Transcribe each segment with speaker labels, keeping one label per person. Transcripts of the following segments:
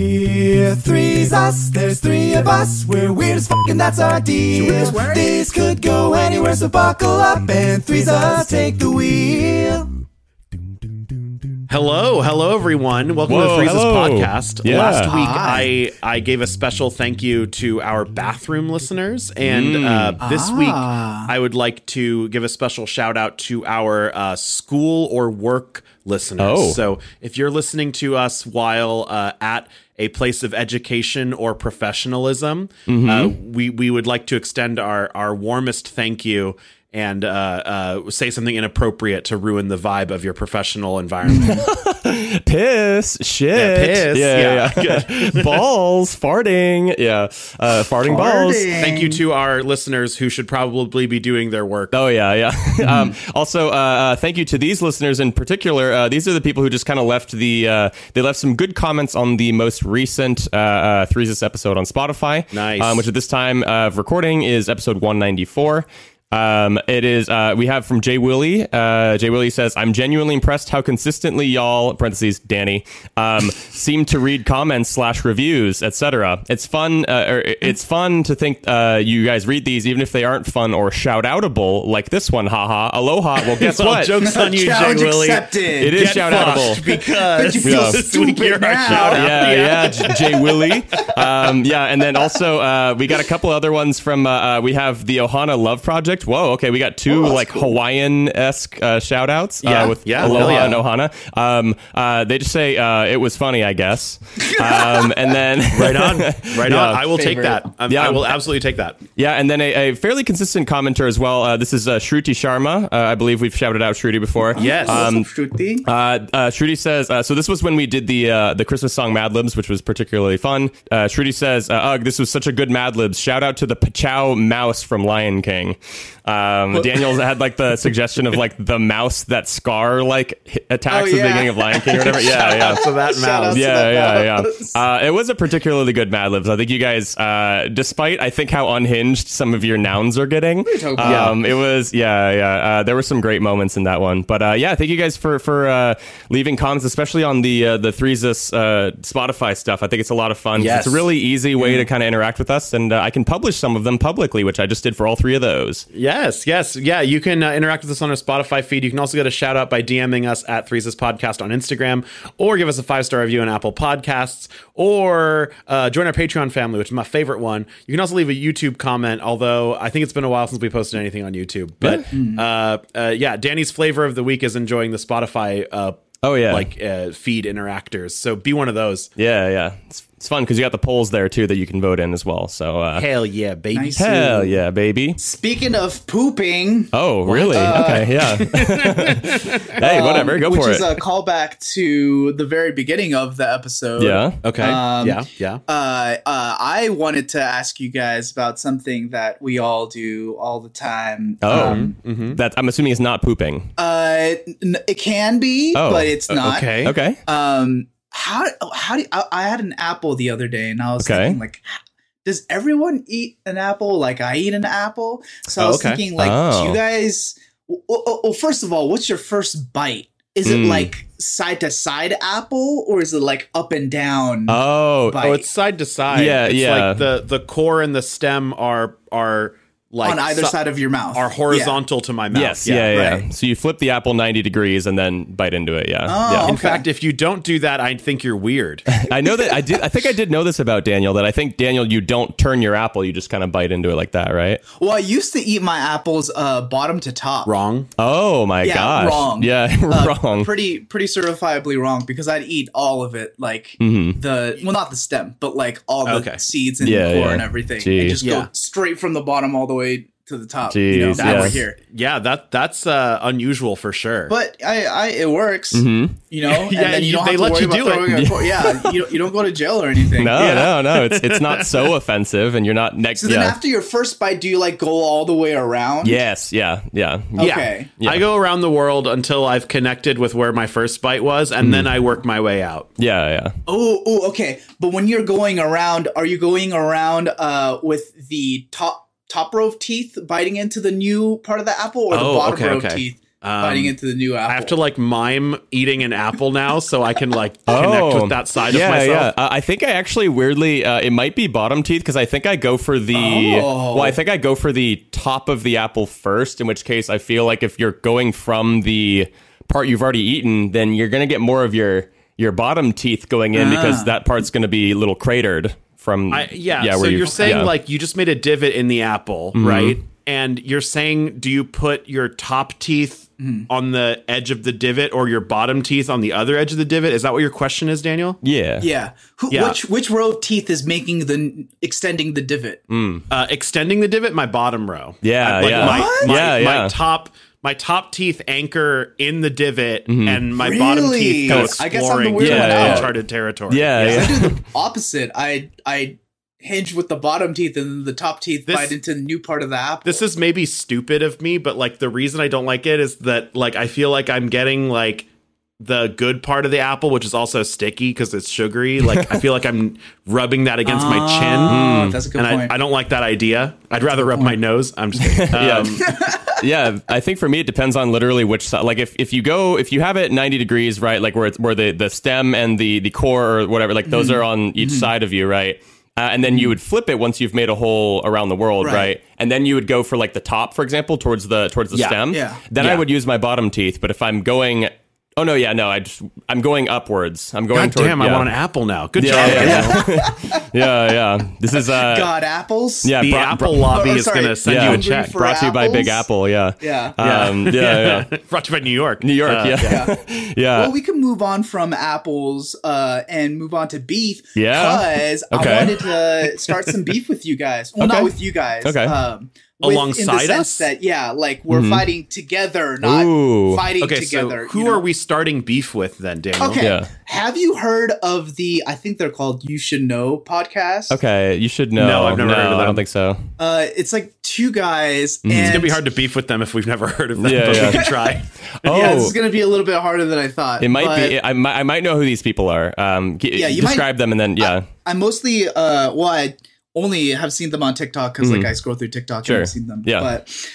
Speaker 1: We're three's us, there's three of us, we're weird as fuck and that's our deal. This could go anywhere, so buckle up and three's us, take the wheel.
Speaker 2: Um,
Speaker 3: Hello, hello everyone. Welcome to
Speaker 2: Whoa,
Speaker 3: the Freezes
Speaker 2: hello.
Speaker 3: podcast.
Speaker 2: Yeah.
Speaker 3: Last week
Speaker 1: Hi.
Speaker 3: I I gave a special thank you to our bathroom listeners and
Speaker 2: Mm.
Speaker 3: uh, this week I would like to give a special shout out to our uh, school or work listeners.
Speaker 2: Oh.
Speaker 3: So if you're listening to us while uh, at a place of education or professionalism,
Speaker 2: Mm-hmm.
Speaker 3: uh, we we would like to extend our our warmest thank you and uh, uh, say something inappropriate to ruin the vibe of your professional environment.
Speaker 2: piss, shit,
Speaker 3: piss,
Speaker 2: yeah,
Speaker 3: yeah,
Speaker 2: yeah. balls, farting, yeah, uh, farting, balls.
Speaker 3: Thank you to our listeners who should probably be doing their work.
Speaker 2: Oh yeah, yeah. um, also, uh, uh, thank you to these listeners in particular. Uh, these are the people who just kind of left the uh, they left some good comments on the most recent uh, uh, Threesis episode on Spotify.
Speaker 3: Nice.
Speaker 2: um, which at this time of recording is episode one ninety four. Um, it is, uh, we have from Jay Willie, uh, Jay Willie says, I'm genuinely impressed how consistently y'all, parentheses, Danny, um, seem to read comments slash reviews, etc. It's fun, uh, or it- it's fun to think, uh, you guys read these, even if they aren't fun or shout outable like this one. Haha. Aloha. Well, guess
Speaker 3: Well,
Speaker 2: what?
Speaker 3: jokes on you, Jay
Speaker 1: Challenge
Speaker 3: Willie.
Speaker 1: accepted.
Speaker 2: it is shout outable.
Speaker 3: because
Speaker 1: But you feel
Speaker 3: this week
Speaker 1: stupid
Speaker 3: you're our
Speaker 1: now.
Speaker 3: shout-out.
Speaker 2: yeah, yeah, J Jay Willie. Um, yeah, and then also uh, we got a couple other ones from. Uh, uh, we have the Ohana Love Project. Whoa, okay, we got two like Hawaiian esque uh, shout outs
Speaker 3: Yeah,
Speaker 2: uh, with
Speaker 3: yeah,
Speaker 2: Aloha
Speaker 3: hell yeah.
Speaker 2: and Ohana. Um, uh, they just say uh, it was funny, I guess. Um, and then
Speaker 3: Right on, right
Speaker 2: Yeah.
Speaker 3: on. I will take
Speaker 1: Favorite.
Speaker 3: that. Um,
Speaker 2: Yeah.
Speaker 3: I will absolutely take that.
Speaker 2: Yeah, and then a, a fairly consistent commenter as well. Uh, this is uh, Shruti Sharma. Uh, I believe we've shouted out Shruti before.
Speaker 3: Yes.
Speaker 2: Um,
Speaker 4: Shruti.
Speaker 2: Uh, uh, Shruti says, uh, so this was when we did the uh, the Christmas song Mad Libs, which was particularly fun. Uh, Shruti says, uh, ugh, this was such a good Mad Libs. Shout out to the Pachow mouse from Lion King. Um, Daniel had like the suggestion of like the mouse that Scar like hit- attacks
Speaker 4: Oh,
Speaker 2: at the
Speaker 4: yeah.
Speaker 2: beginning of Lion King or whatever. Yeah, yeah.
Speaker 3: So that mouse.
Speaker 4: out.
Speaker 2: Yeah,
Speaker 4: to the
Speaker 2: yeah, yeah. Uh, it was a particularly good Mad Libs. I think you guys, uh, despite I think how unhinged some of your nouns are getting,
Speaker 4: talking about?
Speaker 2: um, it was yeah, yeah. Uh, there were some great moments in that one. But uh, yeah, thank you guys for for uh, leaving comments, especially on the uh, the Threesus uh, Spotify stuff. I think it's a lot of fun. 'cause
Speaker 3: Yes.
Speaker 2: It's a really easy way to kind of interact with us, and uh, I can publish some of them publicly, which I just did for all three of those.
Speaker 3: Yes, yes, yeah. You can uh, interact with us on our Spotify feed. You can also get a shout out by DMing us at Threeses Podcast on Instagram, or give us a five star review on Apple Podcasts, or uh, join our Patreon family, which is my favorite one. You can also leave a YouTube comment, although I think it's been a while since we posted anything on YouTube. But
Speaker 2: Mm.
Speaker 3: uh, uh, yeah, Danny's flavor of the week is enjoying the Spotify. Uh,
Speaker 2: Oh, yeah.
Speaker 3: like uh, feed interactors. So be one of those.
Speaker 2: Yeah, yeah. It's, it's fun because you got the polls there too that you can vote in as well. So uh,
Speaker 3: Hell yeah, baby!
Speaker 4: Nice.
Speaker 2: hell yeah, baby.
Speaker 4: Speaking of pooping,
Speaker 2: Oh, really? okay, yeah. hey, whatever. Go
Speaker 4: Uh, um, which
Speaker 2: for
Speaker 4: is
Speaker 2: it.
Speaker 4: a callback to the very beginning of the episode.
Speaker 2: yeah.
Speaker 3: Okay,
Speaker 4: Um,
Speaker 3: yeah, yeah.
Speaker 4: Uh, uh, I wanted to ask you guys about something that we all do all the time.
Speaker 2: Oh,
Speaker 4: Um,
Speaker 3: mm-hmm.
Speaker 2: that I'm assuming is not pooping.
Speaker 4: uh, n- it can be,
Speaker 2: Oh,
Speaker 4: but it's not.
Speaker 3: okay.
Speaker 2: Okay.
Speaker 4: Um, how how do I, I had an apple the other day, and I was
Speaker 2: Okay.
Speaker 4: thinking like. Does everyone eat an apple like I eat an apple? So I was
Speaker 3: Okay.
Speaker 4: thinking, like,
Speaker 2: Oh.
Speaker 4: do you guys? Well, well, well, first of all, what's your first bite? Is it
Speaker 3: Hmm.
Speaker 2: Mm.
Speaker 4: like side to side apple, or is it like up and down?
Speaker 2: Oh,
Speaker 4: Bite.
Speaker 3: Oh, it's side to side.
Speaker 2: Yeah,
Speaker 3: it's
Speaker 2: yeah.
Speaker 3: Like the the core and the stem are are like
Speaker 4: on either
Speaker 3: so-
Speaker 4: side of your mouth.
Speaker 3: are horizontal to my mouth.
Speaker 2: oh, yes. Yeah, yeah.
Speaker 4: right.
Speaker 2: So you flip the apple 90 degrees and then bite into it. Yeah.
Speaker 4: Oh,
Speaker 2: yeah.
Speaker 3: In
Speaker 4: Okay.
Speaker 3: fact, if you don't do that, I think you're weird.
Speaker 4: Oh.
Speaker 2: I know that I did. I think I did know this about Daniel that I think Daniel, you don't turn your apple. You just kind of bite into it like that, right?
Speaker 4: Yeah. Well, I used to eat my apples uh, bottom to top.
Speaker 3: Wrong.
Speaker 2: Oh my
Speaker 4: Yeah,
Speaker 2: gosh.
Speaker 4: wrong.
Speaker 2: Yeah.
Speaker 4: Uh,
Speaker 3: Mm-hmm.
Speaker 2: wrong.
Speaker 4: Pretty pretty certifiably wrong because I'd eat all of it, like the well, not the stem, but like all the
Speaker 3: Mm-hmm. Okay.
Speaker 4: seeds and
Speaker 2: Yeah,
Speaker 4: the core
Speaker 2: yeah.
Speaker 4: and everything,
Speaker 2: Gee.
Speaker 4: and just
Speaker 3: Yeah.
Speaker 4: go straight from the bottom all the way to the top. you know,
Speaker 2: Jeez,
Speaker 4: over
Speaker 2: yes.
Speaker 4: here.
Speaker 3: Yeah, that that's uh, unusual for sure.
Speaker 4: But I, I it works.
Speaker 2: Mm-hmm.
Speaker 4: You know, and
Speaker 3: Mm-hmm. Yeah,
Speaker 4: then you
Speaker 3: you-
Speaker 4: don't
Speaker 3: they
Speaker 4: have to
Speaker 3: let
Speaker 4: worry
Speaker 3: you
Speaker 4: about
Speaker 3: do it.
Speaker 4: throwing a core. Yeah, you don't, you don't go to jail or anything.
Speaker 2: no,
Speaker 3: yeah.
Speaker 2: no, no. It's it's not so offensive, and you're not next.
Speaker 4: So then
Speaker 2: yeah.
Speaker 4: after your first bite, do you like go all the way around?
Speaker 2: yes. Yeah. Yeah.
Speaker 4: Oh.
Speaker 3: yeah.
Speaker 4: okay.
Speaker 3: I go around the world until I've connected with where my first bite was, and
Speaker 2: Hmm.
Speaker 3: then I work my way out.
Speaker 2: Yeah. Yeah.
Speaker 4: Oh, oh, okay. But when you're going around, are you going around uh, with the top top row of teeth biting into the new part of the apple, or the
Speaker 3: Oh,
Speaker 4: bottom
Speaker 3: okay,
Speaker 4: row
Speaker 3: okay. Um,
Speaker 4: of teeth biting into the new apple.
Speaker 3: I have to like mime eating an apple now so I can like connect with that side
Speaker 2: Oh. yeah,
Speaker 3: of myself.
Speaker 2: Yeah, uh, I think I actually weirdly uh, it might be bottom teeth because I think I go for the
Speaker 4: Oh.
Speaker 2: well, I think I go for the top of the apple first. In which case, I feel like if you're going from the part you've already eaten, then you're gonna get more of your your bottom teeth going in because that part's gonna be a little cratered from
Speaker 3: Ah. I, yeah,
Speaker 2: where
Speaker 3: So
Speaker 2: you've-
Speaker 3: you're saying
Speaker 2: yeah. Mm-hmm.
Speaker 3: like you just made a divot in the apple, right? And you're saying, do you put your top teeth
Speaker 4: Mm-hmm.
Speaker 3: on the edge of the divot or your bottom teeth on the other edge of the divot? Is that what your question is, Daniel?
Speaker 2: yeah
Speaker 4: yeah. Who,
Speaker 3: Yeah.
Speaker 4: Which which row of teeth is making the extending the divot?
Speaker 3: Uh, extending the divot, my bottom row.
Speaker 2: Yeah,
Speaker 3: I- like,
Speaker 2: yeah.
Speaker 3: My,
Speaker 2: What?
Speaker 3: my,
Speaker 2: Yeah, yeah.
Speaker 3: my top. My top teeth anchor in the divot,
Speaker 2: Mm-hmm.
Speaker 3: and my bottom
Speaker 4: Really?
Speaker 3: teeth go
Speaker 4: I guess I'm the
Speaker 3: exploring
Speaker 4: weird
Speaker 2: one out.
Speaker 3: uncharted territory.
Speaker 2: yeah
Speaker 3: Yes.
Speaker 2: yeah.
Speaker 4: Opposite. I I hinge with the bottom teeth and then the top teeth
Speaker 3: This-
Speaker 4: bite into the new part of the apple.
Speaker 3: this is maybe stupid of me, but like the reason I don't like it is that like I feel like I'm getting like the good part of the apple, which is also sticky because it's sugary. Like I feel like I'm rubbing that against my
Speaker 2: Ah,
Speaker 3: chin, Hmm.
Speaker 4: Oh, that's a good
Speaker 3: Mm, and
Speaker 4: point.
Speaker 3: I, I don't like that idea. I'd rather rub my nose. I'm just kidding. Um,
Speaker 2: yeah, I think for me it depends on literally which side. Like if, if you go if you have it ninety degrees, right? Like where it's where the the stem and the the core or whatever, like
Speaker 3: Mm-hmm.
Speaker 2: those are on each side of you, right? Uh, and then you would flip it once you've made a hole around the world, right?
Speaker 4: Right.
Speaker 2: And then you would go for like the top, for example, towards the towards the
Speaker 3: Yeah.
Speaker 2: stem.
Speaker 4: Yeah.
Speaker 2: Then I
Speaker 3: Yeah.
Speaker 2: would use my bottom teeth. But if I'm going, oh no, yeah, no, I just I'm going upwards. I'm going.
Speaker 3: God
Speaker 2: toward,
Speaker 3: damn,
Speaker 2: yeah.
Speaker 3: I want an apple now. Good
Speaker 2: Yeah,
Speaker 3: job.
Speaker 2: yeah,
Speaker 3: Daniel.
Speaker 2: Yeah, yeah. This is uh,
Speaker 4: God apples.
Speaker 2: yeah.
Speaker 3: The
Speaker 2: bro-
Speaker 3: Apple
Speaker 2: bro-
Speaker 3: lobby
Speaker 4: Oh,
Speaker 3: is
Speaker 4: sorry.
Speaker 3: going to send
Speaker 2: Yeah.
Speaker 3: you a
Speaker 2: Hungry
Speaker 3: check.
Speaker 4: for
Speaker 2: brought to you by Big
Speaker 4: apples?
Speaker 2: Apple. Yeah.
Speaker 4: Yeah.
Speaker 3: Uh,
Speaker 2: Um, yeah. Yeah.
Speaker 3: Brought to you by New York.
Speaker 2: New York, yeah, yeah.
Speaker 4: Well, we can move on from apples uh, and move on to beef.
Speaker 2: Yeah.
Speaker 4: Because
Speaker 2: Okay.
Speaker 4: I wanted to start some beef with you guys. Well,
Speaker 2: Okay.
Speaker 4: not with you guys.
Speaker 2: Okay. Mm-hmm.
Speaker 4: Um, with- in the
Speaker 3: Alongside
Speaker 4: sense
Speaker 3: us?
Speaker 4: That, yeah, like we're fighting together, not
Speaker 2: Ooh.
Speaker 4: fighting
Speaker 3: Okay,
Speaker 4: together.
Speaker 3: so who
Speaker 4: you know?
Speaker 3: are we starting beef with then, Daniel?
Speaker 4: Okay.
Speaker 2: Yeah.
Speaker 4: Have you heard of the, I think they're called You Should Know podcast?
Speaker 2: Okay, you should know.
Speaker 3: No, I've never heard of
Speaker 2: I don't
Speaker 3: them.
Speaker 2: think so.
Speaker 4: Uh, it's like two guys.
Speaker 2: Mm.
Speaker 4: And
Speaker 3: It's going to be hard to beef with them if we've never heard of them,
Speaker 2: Yeah,
Speaker 3: but
Speaker 2: yeah.
Speaker 3: we can try.
Speaker 2: Oh,
Speaker 4: Yeah, this is going to be a little bit harder than I thought.
Speaker 2: it might
Speaker 4: but-
Speaker 2: be. I might, I might know who these people are. Um, g-
Speaker 4: Yeah, you might-
Speaker 2: describe them and then yeah,
Speaker 4: I mostly uh well I only have seen them on TikTok because
Speaker 2: Mhm.
Speaker 4: like I scroll through TikTok
Speaker 2: Sure.
Speaker 4: and I've seen them.
Speaker 2: Yeah.
Speaker 4: But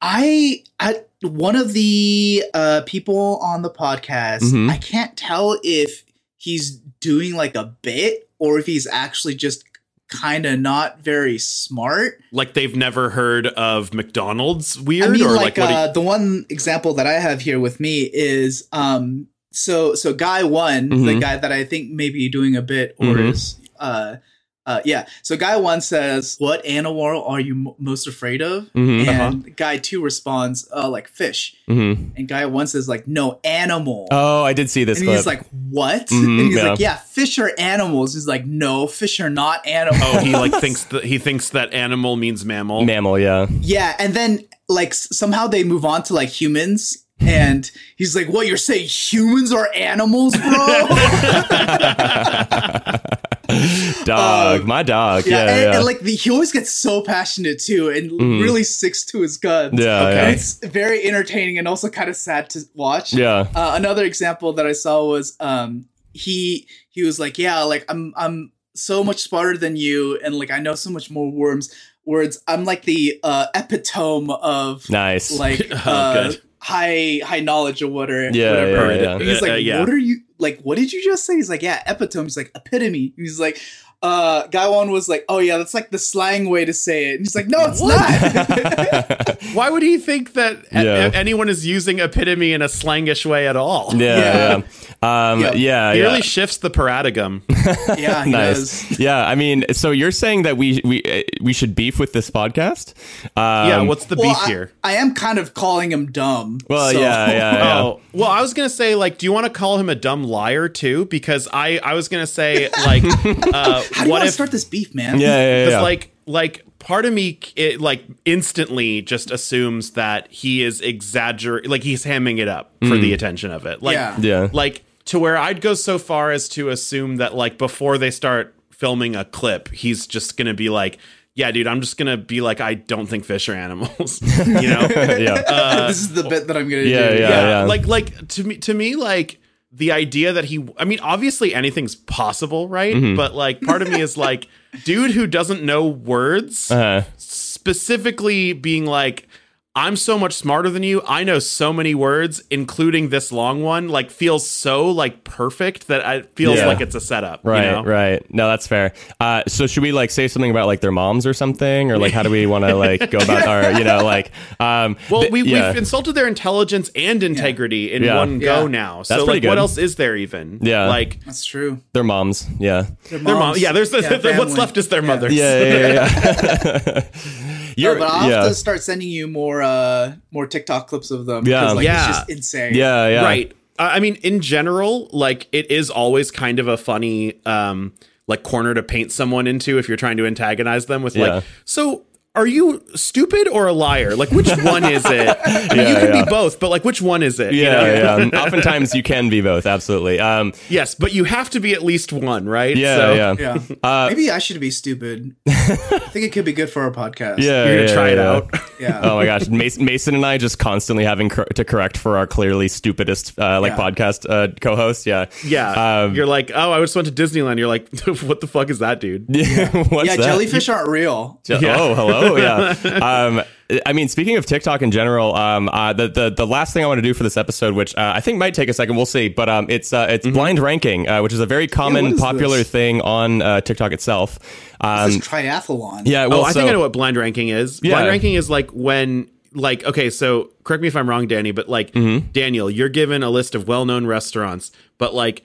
Speaker 4: I I one of the uh people on the podcast,
Speaker 2: Mhm.
Speaker 4: I can't tell if he's doing like a bit or if he's actually just kind of not very smart.
Speaker 3: like they've never heard of McDonald's weird
Speaker 4: I mean
Speaker 3: or
Speaker 4: like,
Speaker 3: like, what
Speaker 4: uh, the one example that I have here with me is um so so guy one, the
Speaker 3: Mm-hmm.
Speaker 2: Mhm.
Speaker 4: guy that I think may be doing a bit or
Speaker 2: Mhm.
Speaker 4: is uh uh, yeah. So guy one says, "What animal are you mo most afraid of?"
Speaker 3: Mm-hmm.
Speaker 4: And
Speaker 2: Mhm.
Speaker 3: Uh-huh.
Speaker 4: guy two responds, "Uh, like fish."
Speaker 2: hmm
Speaker 4: And guy one says, "Like no animal."
Speaker 2: Oh, I did see this
Speaker 4: and
Speaker 2: clip.
Speaker 4: he's like, "What?"
Speaker 3: Mm-hmm,
Speaker 2: Mhm,
Speaker 4: and he's
Speaker 2: yeah.
Speaker 4: like, "Yeah, fish are animals." He's like, "No, fish are not animals."
Speaker 3: oh he like thinks that he thinks that animal means
Speaker 4: "Oh."
Speaker 3: mammal.
Speaker 2: Mammal, yeah.
Speaker 4: Yeah, and then like s- somehow they move on to like humans, and he's like, "What you're saying? Humans are animals, bro?" yeah,
Speaker 2: Dog, my dog. Yeah, yeah.
Speaker 4: Uh,
Speaker 2: Mm-hmm.
Speaker 4: and, and, like the, he always gets so passionate too, and really sticks to his guns.
Speaker 2: Yeah,
Speaker 4: And
Speaker 2: yeah.
Speaker 4: it's very entertaining and also kind of sad to watch.
Speaker 2: Yeah.
Speaker 4: Uh, another example that I saw was um, he he was like, "Yeah, like I'm I'm so much smarter than you, and like I know so much more worms words. I'm like the uh, epitome of
Speaker 2: nice.
Speaker 4: like
Speaker 3: Oh,
Speaker 4: uh,
Speaker 3: good.
Speaker 4: high high knowledge or whatever.
Speaker 2: Yeah,
Speaker 4: whatever.
Speaker 2: yeah, yeah.
Speaker 4: And He's like,
Speaker 3: Uh, uh, yeah.
Speaker 4: what are you like? What did you just say? He's like, yeah, epitome. He's like epitome. And he's like, uh, guy one was like, oh yeah, that's like the slang way to say it. And he's like, no, it's not.
Speaker 3: Why would he think that a-
Speaker 2: Yeah.
Speaker 3: a- anyone is using epitome in a slangish way at all?
Speaker 2: yeah, yeah. Um, yeah,
Speaker 4: Yeah.
Speaker 2: yeah. Um,
Speaker 3: He really shifts the paradigm.
Speaker 4: yeah, he does.
Speaker 2: nice. Yeah, I mean, so you're saying that we we uh, we should beef with this podcast? Um,
Speaker 3: yeah, what's the
Speaker 4: Well,
Speaker 3: beef
Speaker 4: I,
Speaker 3: here?
Speaker 4: I am kind of calling him dumb.
Speaker 2: Well,
Speaker 4: so-
Speaker 2: yeah, yeah, yeah.
Speaker 3: Oh, well, I was gonna say, like, do you want to call him a dumb liar too? Because I, I was gonna say, like, uh,
Speaker 4: How do you
Speaker 3: what
Speaker 4: want to
Speaker 3: if
Speaker 4: start this beef, man?
Speaker 2: yeah, yeah, yeah.
Speaker 3: Because
Speaker 2: yeah.
Speaker 3: like like part of me it like instantly just assumes that he is exaggerating, like he's hamming it up for the attention of it. Like
Speaker 4: Yeah.
Speaker 2: Hmm. Yeah.
Speaker 3: like to where I'd go so far as to assume that like before they start filming a clip, he's just gonna be like. Yeah, dude, I'm just gonna be like, I don't think fish are animals. you know,
Speaker 2: yeah.
Speaker 4: this is
Speaker 3: Uh,
Speaker 4: the bit that I'm gonna
Speaker 2: Yeah,
Speaker 4: do.
Speaker 2: yeah.
Speaker 3: like like to me to me like the idea that he I mean obviously anything's possible, right?
Speaker 2: Mm-hmm.
Speaker 3: But like part of me is like dude who doesn't know words
Speaker 2: Uh,
Speaker 3: specifically being like I'm so much smarter than you. I know so many words, including this long one. Like feels so like perfect that I it feels
Speaker 2: Yeah.
Speaker 3: like it's a setup. you
Speaker 2: Right,
Speaker 3: know?
Speaker 2: right. No, that's fair. Uh, so should we like say something about like their moms or something, or like how do we want to like go about our, you know, like, um,
Speaker 3: Well,
Speaker 2: th-
Speaker 3: we,
Speaker 2: yeah.
Speaker 3: we've insulted their intelligence and integrity in
Speaker 2: Yeah.
Speaker 3: one
Speaker 4: Yeah.
Speaker 3: go now. So,
Speaker 2: That's
Speaker 3: like,
Speaker 2: pretty
Speaker 3: what
Speaker 2: good.
Speaker 3: else is there even?
Speaker 2: Yeah.
Speaker 3: Like,
Speaker 4: That's true.
Speaker 2: their moms, yeah,
Speaker 3: their mom. Yeah, there's the, what's left is their mothers.
Speaker 2: yeah, yeah, yeah. yeah.
Speaker 4: Yeah,
Speaker 2: You're,
Speaker 4: but I'll
Speaker 2: yeah,
Speaker 4: have to start sending you more uh more TikTok clips of them. 'cause,
Speaker 2: Yeah.
Speaker 4: like,
Speaker 3: Yeah.
Speaker 4: It's just insane.
Speaker 2: yeah, yeah,
Speaker 3: Right. I I mean, in general, like it is always kind of a funny, um, like corner to paint someone into if you're trying to antagonize them with
Speaker 2: Yeah.
Speaker 3: like, so are you stupid or a liar? Like, which one is it? I mean,
Speaker 2: Yeah,
Speaker 3: you could
Speaker 2: yeah.
Speaker 3: be both, but like, which one is it? you
Speaker 2: Yeah,
Speaker 3: know?
Speaker 2: yeah. Um, Oftentimes you can be both. Absolutely. Um,
Speaker 3: Yes, but you have to be at least one, right?
Speaker 2: yeah,
Speaker 3: So
Speaker 2: yeah, yeah,
Speaker 4: Yeah.
Speaker 2: Uh,
Speaker 4: Maybe I should be stupid. I think it could be good for our podcast.
Speaker 2: yeah.
Speaker 3: You're gonna
Speaker 2: yeah,
Speaker 3: try it
Speaker 2: yeah.
Speaker 3: out.
Speaker 4: Yeah.
Speaker 2: oh my gosh, Mason, Mason and I just constantly having cor- to correct for our clearly stupidest uh, like
Speaker 4: Yeah.
Speaker 2: podcast uh, co-host. Yeah,
Speaker 3: Yeah.
Speaker 2: Um,
Speaker 3: you're like, oh, I just went to Disneyland. You're like, what the fuck is that, dude?
Speaker 2: What's
Speaker 4: yeah,
Speaker 2: that?
Speaker 4: jellyfish aren't real.
Speaker 2: Je- Oh, hello. Yeah. Um, I mean, speaking of TikTok in general, um, uh, the, the the last thing I want to do for this episode, which uh, I think might take a second, we'll see. But um, it's uh,
Speaker 3: Mm-hmm.
Speaker 2: it's blind ranking, uh, which is a very common,
Speaker 4: what is
Speaker 2: popular
Speaker 4: this?
Speaker 2: thing on uh, TikTok itself. Um,
Speaker 4: It's triathlon.
Speaker 2: yeah. Well,
Speaker 3: oh, I
Speaker 2: so,
Speaker 3: think I know what blind ranking is.
Speaker 2: Yeah.
Speaker 3: Blind ranking is like when like okay, so correct me if I'm wrong, Danny, but like
Speaker 2: Mm-hmm.
Speaker 3: Daniel, you're given a list of well-known restaurants, but like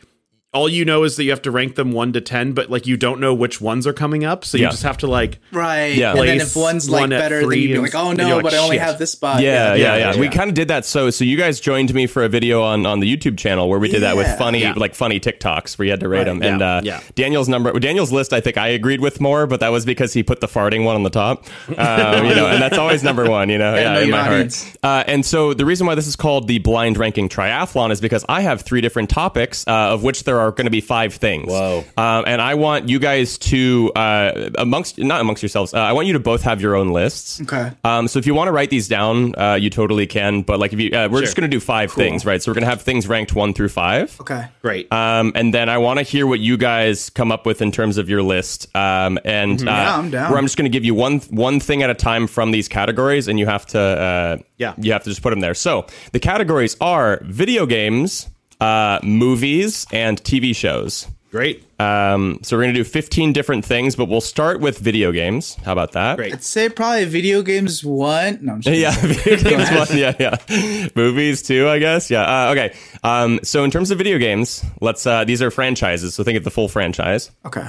Speaker 3: all you know is that you have to rank them 1 to 10, but like you don't know which ones are coming up, so
Speaker 2: Yeah.
Speaker 3: you just have to like
Speaker 4: Right.
Speaker 2: Yeah.
Speaker 4: And then if
Speaker 3: Place
Speaker 4: one's like
Speaker 3: one at
Speaker 4: better, then
Speaker 3: three
Speaker 4: you'd be
Speaker 3: and-
Speaker 4: like, oh
Speaker 3: and
Speaker 4: no,
Speaker 3: you're like,
Speaker 4: but I only
Speaker 3: shit.
Speaker 4: have this spot.
Speaker 2: yeah, yeah, yeah,
Speaker 3: yeah,
Speaker 2: We
Speaker 3: yeah.
Speaker 2: kind of did that. So, so you guys joined me for a video on on the YouTube channel where we did that with
Speaker 4: Yeah.
Speaker 2: funny,
Speaker 3: Yeah.
Speaker 2: like funny TikToks where you had to rate them.
Speaker 3: yeah,
Speaker 2: And uh,
Speaker 3: yeah.
Speaker 2: Daniel's number, Daniel's list, I think I agreed with more, but that was because he put the farting one on the top. Um, you know, and that's always number one. You know, yeah,
Speaker 4: know
Speaker 2: in
Speaker 4: your
Speaker 2: my
Speaker 4: audience.
Speaker 2: heart. Uh, and so the reason why this is called the blind ranking triathlon is because I have three different topics, uh, of which there are going to be five things.
Speaker 3: Whoa.
Speaker 2: Um, and I want you guys to uh, amongst not amongst yourselves. Uh, I want you to both have your own lists.
Speaker 4: Okay.
Speaker 2: Um, so if you want to write these down, uh, you totally can. But like if you, uh, we're just going to do five things, right? So we're going to have things ranked one through five.
Speaker 4: Okay.
Speaker 3: great.
Speaker 2: Um, and then I want to hear what you guys come up with in terms of your list. Um, and uh,
Speaker 4: Mm-hmm. Yeah, I'm down.
Speaker 2: where I'm just going to give you one one thing at a time from these categories, and you have to uh,
Speaker 3: Yeah.
Speaker 2: you have to just put them there. So the categories are video games, uh, movies, and TV shows.
Speaker 3: great.
Speaker 2: Um, so we're going to do 15 different things, but we'll start with video games. How about that?
Speaker 3: Great.
Speaker 4: I'd say probably video games one. No, I'm just
Speaker 2: Yeah, video games one. Yeah, yeah. Movies too, I guess. Yeah. Uh, okay. Um, so in terms of video games, let's. Uh, these are franchises, so think of the full franchise.
Speaker 4: Okay.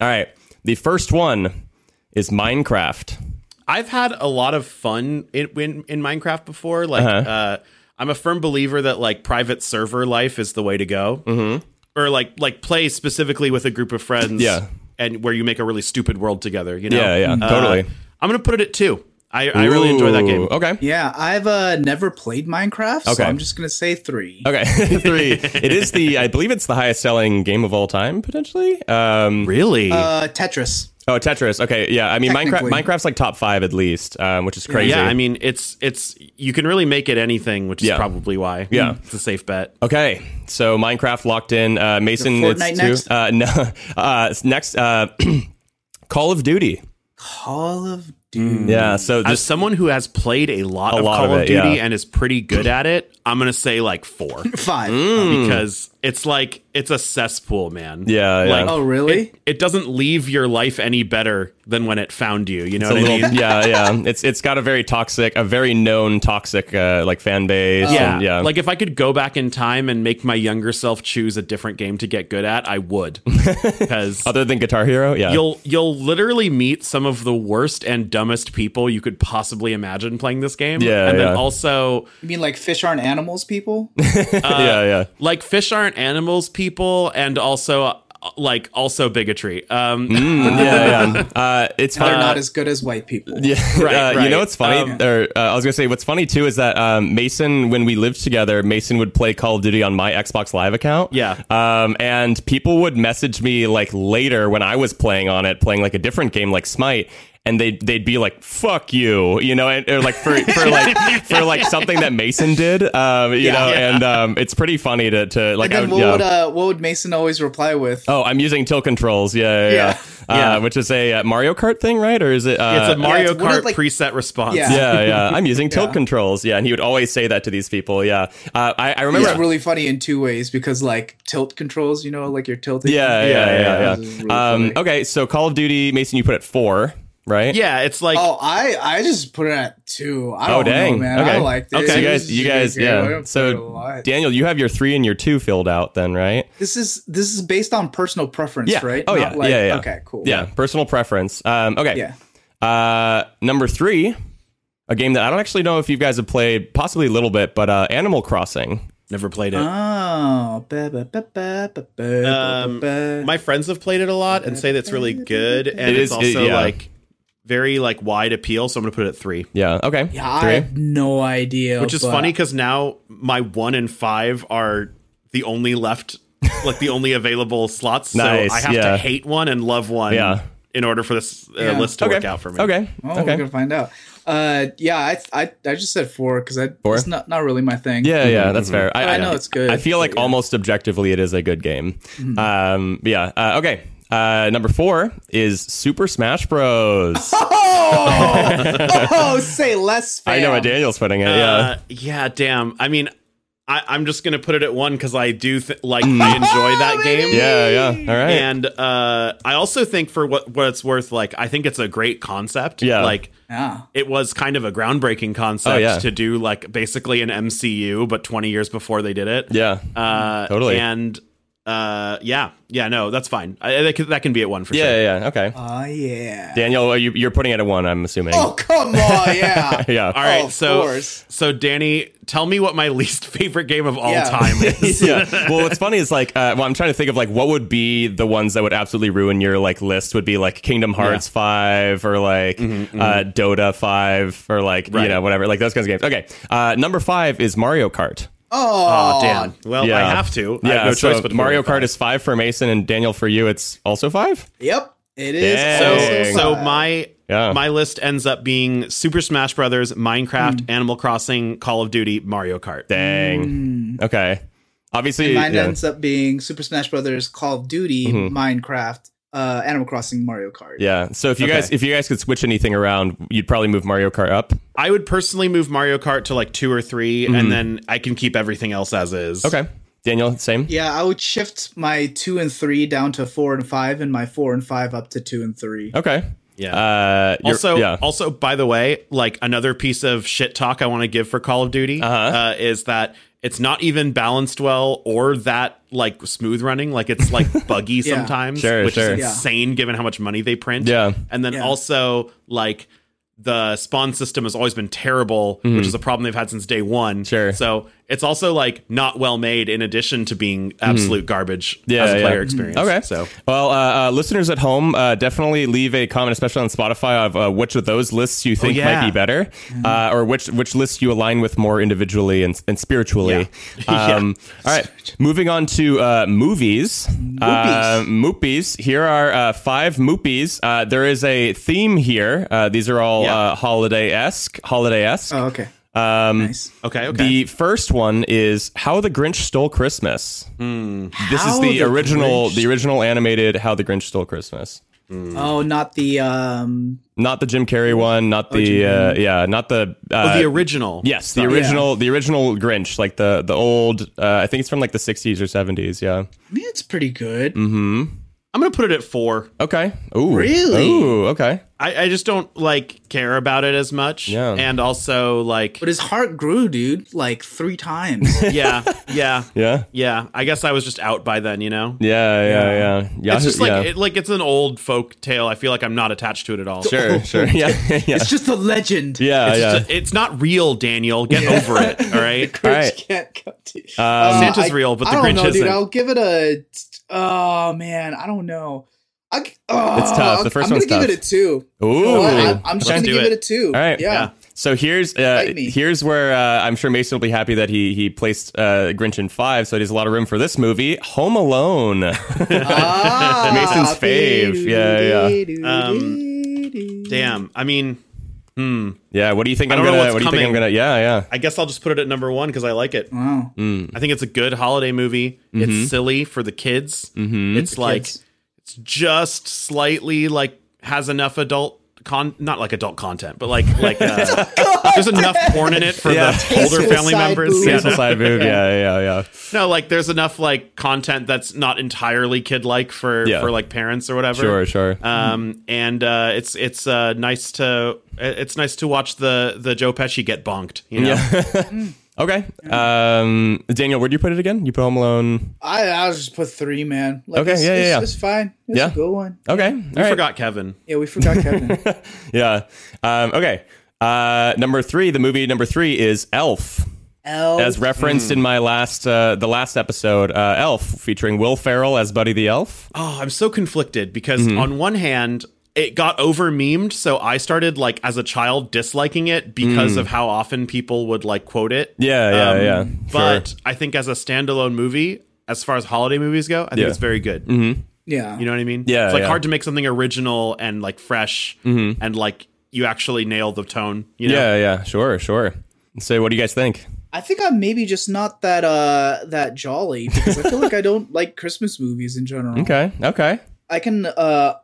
Speaker 2: All right. The first one is Minecraft.
Speaker 3: I've had a lot of fun in in, in Minecraft before. Like,
Speaker 2: Uh-huh.
Speaker 3: uh I'm a firm believer that like private server life is the way to go, mm-hmm. or like like play specifically with a group of friends.
Speaker 2: Yeah.
Speaker 3: and where you make a really stupid world together. You know, Uh,
Speaker 2: Yeah, yeah, totally.
Speaker 3: I'm gonna put it at two. I, I really enjoy that
Speaker 2: Ooh,
Speaker 3: game.
Speaker 2: Okay.
Speaker 4: Yeah, I've uh, never played Minecraft, so
Speaker 2: Okay.
Speaker 4: I'm just gonna say three.
Speaker 2: Okay. Three. It is the. I believe it's the highest selling game of all time potentially. Um,
Speaker 3: Really?
Speaker 4: Uh, Tetris.
Speaker 2: oh, Tetris. Okay. Yeah. I mean, Minecraft.
Speaker 4: Technically.
Speaker 2: Minecraft's like top five at least, um, which is crazy.
Speaker 3: yeah, I mean, it's it's you can really make it anything, which is
Speaker 2: Yeah.
Speaker 3: probably why.
Speaker 2: Yeah.
Speaker 3: it's a safe bet.
Speaker 2: Okay, so Minecraft locked in. Uh,
Speaker 4: Is
Speaker 2: Mason,
Speaker 4: it
Speaker 2: it's
Speaker 4: Fortnite
Speaker 2: two.
Speaker 4: next?
Speaker 2: Uh, no, uh, it's next, uh, Call of Duty.
Speaker 4: Call of Duty.
Speaker 2: Yeah, so
Speaker 3: As
Speaker 2: just
Speaker 3: someone who has played a lot of
Speaker 2: lot
Speaker 3: Call
Speaker 2: of
Speaker 3: of,
Speaker 2: it,
Speaker 3: Duty
Speaker 2: yeah.
Speaker 3: and is pretty good at it, I'm gonna say like four.
Speaker 2: Mm.
Speaker 4: Five.
Speaker 3: because it's like it's a cesspool, man.
Speaker 2: Hmm. Yeah, yeah.
Speaker 3: Like,
Speaker 4: Oh, really?
Speaker 3: It doesn't leave your life any better than when it found you. You know
Speaker 2: a
Speaker 3: what
Speaker 2: little,
Speaker 3: I mean?
Speaker 2: yeah, yeah. It's it's got a very toxic, a very known toxic uh, like fan base.
Speaker 3: Yeah.
Speaker 2: and, yeah.
Speaker 3: Like if I could go back in time and make my younger self choose a different game to get good at, I would. Because
Speaker 2: other than Guitar Hero, yeah.
Speaker 3: you'll you'll literally meet some of the worst and dumbest people you could possibly imagine playing this game.
Speaker 2: Yeah,
Speaker 3: And
Speaker 2: yeah.
Speaker 3: then also
Speaker 4: You mean like fish aren't animals, people?
Speaker 2: Uh, yeah, yeah.
Speaker 3: like fish aren't animals people and also uh, like also bigotry. Um
Speaker 2: Hmm. yeah, yeah. Uh, it's
Speaker 4: They're
Speaker 2: fine.
Speaker 4: not as good as white people.
Speaker 2: Yeah,
Speaker 3: Right,
Speaker 2: uh, You know
Speaker 3: right. Um,
Speaker 2: what's funny? or, uh, I was gonna say what's funny too is that um, Mason, when we lived together, Mason would play Call of Duty on my Xbox Live account.
Speaker 3: Yeah.
Speaker 2: um, and people would message me like later when I was playing on it, playing like a different game like Smite. and they they'd be like fuck you, you know, and or like for for like for like something that Mason did, um, you
Speaker 4: Yeah.
Speaker 2: know, and um, it's pretty funny to to like
Speaker 4: and then
Speaker 2: I-
Speaker 4: what
Speaker 2: yeah.
Speaker 4: would uh, what would Mason always reply with?
Speaker 2: Oh, I'm using tilt controls. Yeah, yeah, yeah.
Speaker 3: Yeah. Yeah.
Speaker 2: Uh, which is a uh, Mario Kart thing, right? Or is it? Uh,
Speaker 3: it's a Mario
Speaker 4: it's one
Speaker 3: Kart
Speaker 4: of, like-
Speaker 3: preset response.
Speaker 4: Yeah.
Speaker 2: yeah, yeah. I'm using tilt
Speaker 4: Yeah.
Speaker 2: controls. Yeah, and he would always say that to these people. Yeah, uh, I, I
Speaker 4: It's
Speaker 2: remember.
Speaker 4: really funny in two ways because like tilt controls, you know, like you're tilting.
Speaker 2: Yeah, yeah,
Speaker 3: Yeah, yeah,
Speaker 2: yeah. yeah,
Speaker 4: This is really
Speaker 2: Um,
Speaker 4: funny.
Speaker 2: okay, so Call of Duty, Mason, you put it four, right?
Speaker 3: Yeah, it's like
Speaker 4: Oh, I I just put it at two. I
Speaker 2: Oh,
Speaker 4: don't
Speaker 2: dang.
Speaker 4: know, man.
Speaker 2: Okay.
Speaker 4: I liked it.
Speaker 2: Okay,
Speaker 4: It was
Speaker 2: you guys,
Speaker 4: a
Speaker 2: you
Speaker 4: good
Speaker 2: guys,
Speaker 4: game. I
Speaker 2: yeah.
Speaker 4: played it a
Speaker 2: So,
Speaker 4: lot.
Speaker 2: Daniel, you have your three and your two filled out, then, right?
Speaker 4: this is this is based on personal preference,
Speaker 2: Yeah.
Speaker 4: right?
Speaker 2: Oh,
Speaker 4: Not
Speaker 2: yeah. Yeah, yeah.
Speaker 4: Okay, cool.
Speaker 2: Yeah, personal preference. Um, okay.
Speaker 4: yeah.
Speaker 2: Uh, number three, a game that I don't actually know if you guys have played, possibly a little bit, but uh, Animal Crossing.
Speaker 3: never played it.
Speaker 4: Oh, ba- ba- ba- ba- ba- ba-
Speaker 3: Um,
Speaker 4: ba-
Speaker 3: My friends have played it a lot and say that's really good, and
Speaker 2: It
Speaker 3: it's
Speaker 2: is- it-
Speaker 3: also
Speaker 2: yeah.
Speaker 3: like very like wide appeal. So I'm gonna put it at three,
Speaker 2: Yeah. Okay.
Speaker 4: yeah, I have no idea.
Speaker 3: which is
Speaker 4: but-
Speaker 3: funny because now my one and five are the only left, like the only available slots.
Speaker 2: Nice,
Speaker 3: so I have
Speaker 2: yeah.
Speaker 3: to hate one and love one,
Speaker 2: Yeah.
Speaker 3: in order for this uh,
Speaker 4: Yeah.
Speaker 3: list to
Speaker 2: Okay.
Speaker 3: work out for me.
Speaker 2: Okay.
Speaker 4: Oh,
Speaker 2: okay.
Speaker 4: we're gonna find out. Uh, yeah, I I, I just said four because I
Speaker 2: Four?
Speaker 4: it's not not really my thing.
Speaker 2: Yeah, yeah, that's fair.
Speaker 4: I know it's good,
Speaker 2: I feel like
Speaker 4: but yeah. Mm-hmm.
Speaker 2: almost objectively, it is a good game. Um, yeah. Uh, okay. Uh, number four is Super Smash Bros.
Speaker 4: Oh, oh, say less. Fam.
Speaker 2: I know what Daniel's putting it.
Speaker 3: Uh, yeah, damn. I mean, I, I'm just gonna put it at one because I do th- like I enjoy that game.
Speaker 2: Mm. yeah. Yeah. Yeah. All right.
Speaker 3: And uh, I also think, for what what it's worth, like I think it's a great concept.
Speaker 2: Yeah.
Speaker 3: like
Speaker 4: Yeah.
Speaker 3: it was kind of a groundbreaking concept
Speaker 2: Oh, yeah.
Speaker 3: to do like basically an MCU, but 20 years before they did it.
Speaker 2: yeah.
Speaker 3: uh,
Speaker 2: Totally.
Speaker 3: And uh, yeah, yeah, no, that's fine. I, that, can, that can be at one for
Speaker 2: Yeah.
Speaker 3: sure.
Speaker 2: Yeah. yeah, Okay.
Speaker 4: Oh yeah.
Speaker 2: Daniel, you, you're putting it at one. I'm assuming.
Speaker 4: Oh come on, yeah.
Speaker 2: Yeah.
Speaker 3: All right,
Speaker 4: Oh, of
Speaker 3: so
Speaker 4: course.
Speaker 3: so Danny, tell me what my least favorite game of all
Speaker 4: Yeah.
Speaker 3: time is.
Speaker 2: yeah. Well, what's funny is like, uh, well, I'm trying to think of like what would be the ones that would absolutely ruin your like list would be like Kingdom Hearts five or like Uh, Dota five or like you
Speaker 3: Mm-hmm, Right.
Speaker 2: know whatever like those kinds of games. Okay, uh, number five is Mario Kart.
Speaker 4: Oh,
Speaker 3: Oh, damn. Well, I
Speaker 2: Yeah.
Speaker 3: have to.
Speaker 2: Yeah,
Speaker 3: I have no
Speaker 2: so
Speaker 3: choice but to
Speaker 2: Mario
Speaker 3: play
Speaker 2: Kart is five for Mason and Daniel for you. It's also five.
Speaker 4: Yep. It is.
Speaker 2: Dang.
Speaker 4: also
Speaker 3: So
Speaker 4: five.
Speaker 3: my
Speaker 2: Yeah.
Speaker 3: my list ends up being Super Smash Brothers, Minecraft, Animal Crossing, Call of Duty, Mario Kart.
Speaker 2: Dang. Mm. Okay. Obviously,
Speaker 4: mine
Speaker 2: yeah. Mm-hmm.
Speaker 4: ends up being Super Smash Brothers, Call of Duty, Minecraft, uh, Animal Crossing, Mario Kart.
Speaker 2: Yeah. So if you
Speaker 3: Okay.
Speaker 2: guys if you guys could switch anything around, you'd probably move Mario Kart up.
Speaker 3: I would personally move Mario Kart to like two or 3
Speaker 2: Mm-hmm.
Speaker 3: and then I can keep everything else as is.
Speaker 2: Okay. Daniel, same.
Speaker 4: Yeah, I would shift my two and three down to four and five, and my four and five up to two and three.
Speaker 2: Okay.
Speaker 3: Yeah.
Speaker 2: Uh, you're-
Speaker 3: also,
Speaker 2: yeah.
Speaker 3: also, by the way, like another piece of shit talk I want to give for Call of Duty
Speaker 2: Uh-huh.
Speaker 3: uh, is that it's not even balanced well or that like smooth running. Like it's like buggy
Speaker 4: Yeah.
Speaker 3: sometimes,
Speaker 2: Sure,
Speaker 3: which
Speaker 2: sure.
Speaker 3: is
Speaker 4: Yeah.
Speaker 3: insane given how much money they print.
Speaker 2: Yeah.
Speaker 3: and then
Speaker 4: Yeah.
Speaker 3: also like the spawn system has always been terrible, which is a problem they've had since day one.
Speaker 2: Mm-hmm. Sure.
Speaker 3: so it's also like not well made in addition to being absolute garbage
Speaker 2: Mm-hmm. Yeah,
Speaker 3: as a
Speaker 2: yeah.
Speaker 3: player experience.
Speaker 2: Okay.
Speaker 3: so
Speaker 2: well, uh, uh, listeners at home, uh, definitely leave a comment, especially on Spotify, of uh, which of those lists you think
Speaker 3: yeah. Mm-hmm.
Speaker 2: might be better, uh, or which which lists you align with more individually and, and spiritually.
Speaker 3: Yeah.
Speaker 2: Um, All right, moving on to uh, movies. Uh, moopies. Here are uh, five moopies. Uh, there is a theme here. Uh, these are all
Speaker 3: Yeah.
Speaker 2: uh, holiday esque. Holiday esque.
Speaker 4: Oh, okay.
Speaker 2: um,
Speaker 4: Nice.
Speaker 3: okay, okay.
Speaker 2: The first one is How the Grinch Stole Christmas. This is
Speaker 4: How
Speaker 2: the,
Speaker 4: the
Speaker 2: original,
Speaker 4: Grinch-
Speaker 2: the original animated How the Grinch Stole Christmas.
Speaker 4: Oh, not the um.
Speaker 2: Not the Jim Carrey one, not the uh, yeah, not the uh,
Speaker 3: Oh, the original.
Speaker 2: yes, the original, the original Grinch, like the the old. Uh, I think it's from like the '60s or '70s. Yeah.
Speaker 4: I mean, it's pretty good.
Speaker 2: Mm-hmm.
Speaker 3: I'm gonna put it at four.
Speaker 2: Okay. Ooh.
Speaker 4: Really?
Speaker 2: Ooh. Okay.
Speaker 3: I, I just don't like care about it as much.
Speaker 2: Yeah.
Speaker 3: And also like
Speaker 4: But his heart grew, dude, like three times.
Speaker 3: yeah, yeah.
Speaker 2: Yeah.
Speaker 3: Yeah. I guess I was just out by then, you know?
Speaker 2: Yeah. Yeah. Yeah. Yeah.
Speaker 3: It's just like
Speaker 2: yeah.
Speaker 3: it, like it's an old folk tale. I feel like I'm not attached to it at all.
Speaker 2: sure. Sure. Yeah. yeah.
Speaker 4: It's just a legend.
Speaker 2: yeah.
Speaker 3: It's,
Speaker 2: yeah.
Speaker 3: just a- it's not real, Daniel. Get over it. All right.
Speaker 4: Grinch
Speaker 2: right.
Speaker 4: can't come to-
Speaker 2: Um,
Speaker 3: Uh, Santa's
Speaker 4: I-
Speaker 3: real, but the
Speaker 4: I
Speaker 3: Grinch
Speaker 4: don't know,
Speaker 3: isn't.
Speaker 4: dude. I'll give it a. Oh man, I don't know. I, oh,
Speaker 2: It's tough. The first
Speaker 4: I'm gonna
Speaker 2: one's
Speaker 4: give
Speaker 2: tough.
Speaker 4: it a two.
Speaker 2: Ooh.
Speaker 4: I, am just
Speaker 3: Okay.
Speaker 4: gonna
Speaker 3: Do
Speaker 4: give it.
Speaker 3: it.
Speaker 4: a two.
Speaker 2: All right.
Speaker 4: Yeah.
Speaker 3: Yeah.
Speaker 2: So here's uh,
Speaker 4: Bite me.
Speaker 2: here's where uh, I'm sure Mason will be happy that he he placed uh, Grinch in five, so he has a lot of room for this movie, Home Alone.
Speaker 4: Ah,
Speaker 2: Mason's fave. Yeah, yeah.
Speaker 3: Um,
Speaker 4: lady.
Speaker 3: Damn. I mean, hmm.
Speaker 2: Yeah. What do you think
Speaker 3: I
Speaker 2: I'm
Speaker 3: don't know
Speaker 2: gonna? What
Speaker 3: what's
Speaker 2: do you think I'm
Speaker 3: coming.
Speaker 2: gonna? Yeah, yeah.
Speaker 3: I guess I'll just put it at number one because I like it.
Speaker 4: Wow.
Speaker 2: Mm.
Speaker 3: I think it's a good holiday movie.
Speaker 2: Mm-hmm.
Speaker 3: It's silly for the kids. Mm-hmm. It's like
Speaker 4: kids.
Speaker 3: it's just slightly like has enough adult con not like adult content, but like like uh, there's enough porn in it for
Speaker 2: Yeah.
Speaker 3: the older
Speaker 4: Tasteful
Speaker 3: family
Speaker 4: side
Speaker 3: members.
Speaker 4: boob.
Speaker 3: Yeah,
Speaker 2: Tasteful side move. Yeah, yeah, yeah.
Speaker 3: no, like there's enough like content that's not entirely kid like for
Speaker 2: Yeah.
Speaker 3: for like parents or whatever.
Speaker 2: Sure, sure.
Speaker 3: Um, and uh, it's it's uh, nice to it's nice to watch the the Joe Pesci get bonked. You know,
Speaker 2: okay. Um, Daniel, where'd you put it again? You put Home Alone.
Speaker 4: I I was just put three, man. Like,
Speaker 2: Okay,
Speaker 4: It's,
Speaker 2: yeah,
Speaker 4: it's,
Speaker 2: yeah, yeah.
Speaker 4: It's fine. It's
Speaker 2: Yeah.
Speaker 4: a good one.
Speaker 2: Okay.
Speaker 3: I
Speaker 2: all right.
Speaker 3: forgot Kevin.
Speaker 4: Yeah, we forgot Kevin.
Speaker 2: Yeah. Um, okay. Uh, number three, the movie number three is Elf.
Speaker 4: L.
Speaker 2: As referenced in my last, uh, the last episode, uh, Elf featuring Will Ferrell as Buddy the Elf.
Speaker 3: Oh, I'm so conflicted because
Speaker 2: Mm-hmm.
Speaker 3: on one hand, it got over memed, so I started like as a child disliking it because of how often people would like quote it.
Speaker 2: Mm.
Speaker 3: Um,
Speaker 2: Yeah, yeah, yeah.
Speaker 3: But
Speaker 2: Sure.
Speaker 3: I think as a standalone movie, as far as holiday movies go, I think
Speaker 2: Yeah. Mm-hmm.
Speaker 3: it's very good.
Speaker 4: yeah.
Speaker 3: You know what I mean?
Speaker 2: Yeah,
Speaker 3: It's like
Speaker 2: yeah. Mm-hmm.
Speaker 3: hard to make something original and like fresh and like you actually nail the tone. You know?
Speaker 2: Yeah, yeah. Sure, sure. So, what do you guys think?
Speaker 4: I think I'm maybe just not that uh that jolly because I feel like I don't like Christmas movies in general.
Speaker 2: Okay. Okay.
Speaker 4: I can uh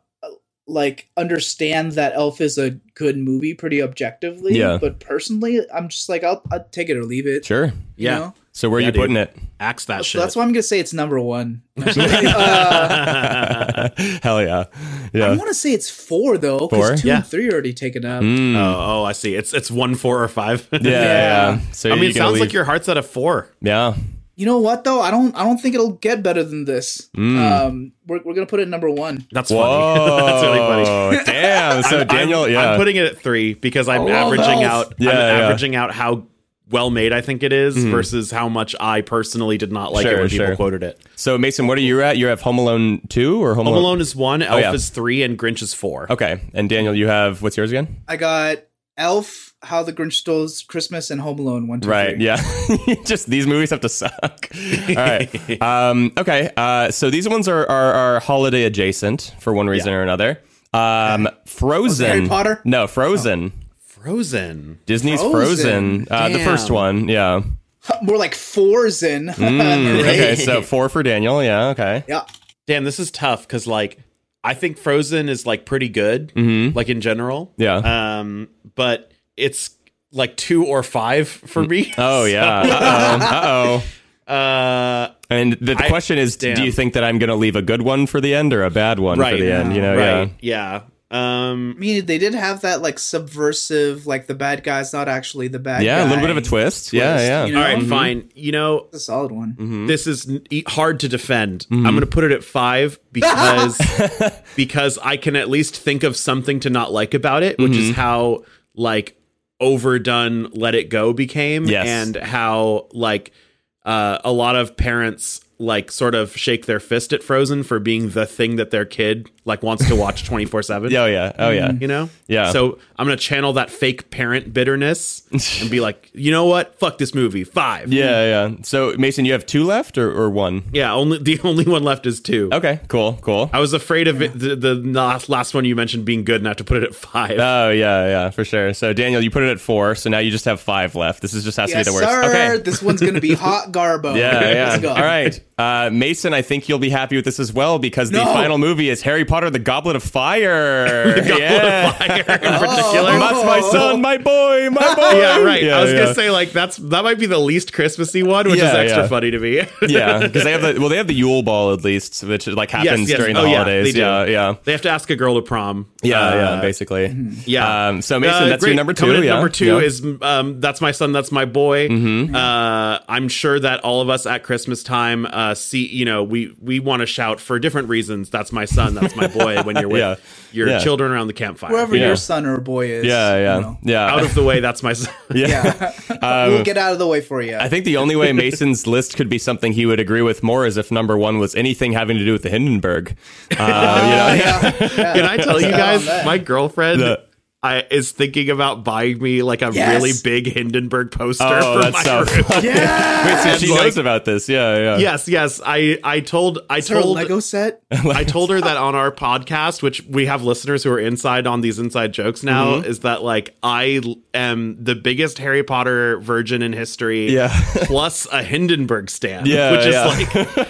Speaker 4: like understand that Elf is a good movie pretty objectively,
Speaker 2: Yeah.
Speaker 4: but personally, I'm just like I'll, I'll take it or leave it.
Speaker 2: Sure.
Speaker 4: you
Speaker 3: Yeah.
Speaker 4: know?
Speaker 2: So, where are
Speaker 3: Yeah,
Speaker 2: you
Speaker 3: dude.
Speaker 2: putting it?
Speaker 3: Axe that
Speaker 4: So
Speaker 3: shit.
Speaker 4: that's why I'm gonna say it's number one. uh,
Speaker 2: Hell yeah.
Speaker 4: I
Speaker 2: Yeah.
Speaker 4: want to say it's four though,
Speaker 2: Four? Mm.
Speaker 4: because two
Speaker 3: Yeah.
Speaker 4: and three are already taken up.
Speaker 3: oh, oh, I see. It's it's one, four, or five.
Speaker 2: Yeah, yeah.
Speaker 4: Yeah.
Speaker 2: yeah. So
Speaker 3: I mean,
Speaker 2: you're
Speaker 3: it
Speaker 2: gonna
Speaker 3: sounds like
Speaker 2: leave-
Speaker 3: your heart's at a four.
Speaker 2: Yeah.
Speaker 4: You know what though? I don't I don't think it'll get better than this.
Speaker 2: Mm.
Speaker 4: Um, we're we're gonna put it number one.
Speaker 3: That's
Speaker 2: Whoa.
Speaker 3: funny. That's really funny.
Speaker 2: Damn. So
Speaker 3: I'm-
Speaker 2: Daniel,
Speaker 3: I'm,
Speaker 2: yeah.
Speaker 3: I'm putting it at three because I'm
Speaker 4: love
Speaker 3: averaging
Speaker 4: Elf.
Speaker 3: out.
Speaker 2: Yeah,
Speaker 3: I'm
Speaker 2: yeah. Mm-hmm.
Speaker 3: averaging out how well made I think it is versus how much I personally did not like it
Speaker 2: Sure,
Speaker 3: when people
Speaker 2: sure.
Speaker 3: quoted it.
Speaker 2: so Mason, what are you at? You have Home Alone two or Home,
Speaker 3: Home Alone is one, Elf
Speaker 2: oh, yeah. Oh.
Speaker 3: is three, and Grinch is four.
Speaker 2: Okay. And Daniel, you have what's yours again?
Speaker 4: I got Elf, How the Grinch Stole Christmas, and Home Alone. One, two,
Speaker 2: Right.
Speaker 4: three.
Speaker 2: Yeah. Just these movies have to suck. All right. Um, okay. Uh, so these ones are, are are holiday adjacent for one reason or another. Um, Frozen.
Speaker 4: Harry Potter?
Speaker 2: No, Frozen.
Speaker 3: Frozen.
Speaker 2: Disney's Frozen.
Speaker 4: Frozen.
Speaker 2: Uh, the first
Speaker 3: Damn.
Speaker 2: one. Yeah. Hmm, Mm,
Speaker 4: More like fours in. Uh, Great.
Speaker 2: Okay. So four for Daniel. Yeah. Okay.
Speaker 4: Yeah.
Speaker 3: Damn, this is tough because like I think Frozen is like pretty good, like in general.
Speaker 2: Mm-hmm. Yeah.
Speaker 3: Um, but it's like two or five for me.
Speaker 2: oh yeah. Uh oh. Uh oh.
Speaker 3: Uh,
Speaker 2: And the, the
Speaker 3: I-
Speaker 2: question is, do
Speaker 3: damn.
Speaker 2: you think that I'm going to leave a good one for the end or a bad one
Speaker 3: Right.
Speaker 2: for the end? You know,
Speaker 3: right. Yeah. Um,
Speaker 4: I mean, they did have that like subversive, like the bad guy's not actually the bad
Speaker 2: yeah, yeah,
Speaker 4: guy.
Speaker 2: a little bit of a twist. yeah,
Speaker 4: twist,
Speaker 2: yeah.
Speaker 4: you
Speaker 3: all
Speaker 4: know?
Speaker 3: right,
Speaker 4: Mhm.
Speaker 3: fine. You know,
Speaker 4: It's a solid one.
Speaker 2: Mm-hmm. Hmm?
Speaker 3: this is n- e- hard to defend. I'm going to put it at five because because I can at least think of something to not like about it, which
Speaker 2: Mm-hmm.
Speaker 3: is how like overdone "Let It Go" became,
Speaker 2: Yes.
Speaker 3: and how like uh, a lot of parents like sort of shake their fist at Frozen for being the thing that their kid like wants to watch 24 seven.
Speaker 2: Yeah, oh yeah, oh yeah.
Speaker 3: You know?
Speaker 2: Yeah.
Speaker 3: So I'm going to channel that fake parent bitterness and be like, you know what? Fuck this movie. Five.
Speaker 2: Yeah, yeah. So Mason, you have two left or, or one?
Speaker 3: Yeah, only the only one left is two.
Speaker 2: Okay, cool, cool.
Speaker 3: I was afraid of it, the the last, last one you mentioned being good, and I have to put it at five.
Speaker 2: Oh yeah, yeah, for sure. So Daniel, you put it at four, so now you just have five left. This is just has
Speaker 4: Yes,
Speaker 2: to be the worst.
Speaker 4: sir.
Speaker 2: Okay.
Speaker 4: This one's gonna be hot garbo.
Speaker 2: Yeah, yeah.
Speaker 4: Let's go.
Speaker 2: All right, uh, Mason. I think you'll be happy with this as well because the
Speaker 4: No.
Speaker 2: final movie is Harry Potter: The Goblet of Fire. yeah.
Speaker 3: Fire in particular.
Speaker 4: Oh.
Speaker 2: That's my son, my boy, my boy.
Speaker 3: Yeah, right. I was
Speaker 2: yeah.
Speaker 3: gonna say like that's that might be the least Christmassy one, which
Speaker 2: Yeah,
Speaker 3: is extra
Speaker 2: yeah.
Speaker 3: funny to me.
Speaker 2: yeah, because they have the well, they have the Yule Ball at least, which like happens
Speaker 3: yes.
Speaker 2: during the
Speaker 3: Oh, yeah,
Speaker 2: holidays.
Speaker 3: they do.
Speaker 2: Yeah, yeah,
Speaker 3: they have to ask a girl to prom.
Speaker 2: yeah,
Speaker 3: Uh,
Speaker 2: yeah, basically.
Speaker 4: mhm.
Speaker 3: Yeah.
Speaker 2: Um, so Mason, that's your
Speaker 3: Uh, great.
Speaker 2: number two.
Speaker 3: Coming in
Speaker 2: yeah,
Speaker 3: Number two
Speaker 2: yeah. Mm-hmm.
Speaker 3: is um, that's my son, that's my boy. Uh, I'm sure that all of us at Christmas time uh, see, you know, we we want to shout for different reasons. That's my son, that's my boy. When you're with
Speaker 2: Yeah.
Speaker 3: your
Speaker 2: Yeah.
Speaker 3: children around the campfire,
Speaker 4: Whoever
Speaker 2: Yeah.
Speaker 4: your son or boy is.
Speaker 2: yeah, yeah,
Speaker 4: you know.
Speaker 2: yeah.
Speaker 3: out of the way, that's my son.
Speaker 4: Yeah. we'll get out of the way for you.
Speaker 2: Um, I think the only way Mason's list could be something he would agree with more is if number one was anything having to do with the Hindenburg. Uh, you know,
Speaker 4: yeah.
Speaker 3: Can I tell you
Speaker 4: Yeah.
Speaker 3: guys, my girlfriend I, is thinking about buying me like a
Speaker 4: Yes.
Speaker 3: really big Hindenburg poster
Speaker 2: Oh,
Speaker 3: for
Speaker 2: that's
Speaker 3: my
Speaker 2: so
Speaker 3: room.
Speaker 2: funny.
Speaker 4: Yes!
Speaker 2: Wait, so she
Speaker 3: And,
Speaker 2: knows
Speaker 3: like-
Speaker 2: about this. Yeah, yeah.
Speaker 3: Yes, yes. I I told I
Speaker 4: Is her a
Speaker 3: told
Speaker 4: Lego set?
Speaker 3: I told her that on our podcast, which we have listeners who are inside on these inside jokes now,
Speaker 4: Mm-hmm.
Speaker 3: is that like I l- am the biggest Harry Potter virgin in history,
Speaker 2: Yeah.
Speaker 3: plus a Hindenburg stand,
Speaker 2: Yeah,
Speaker 3: which is
Speaker 2: yeah.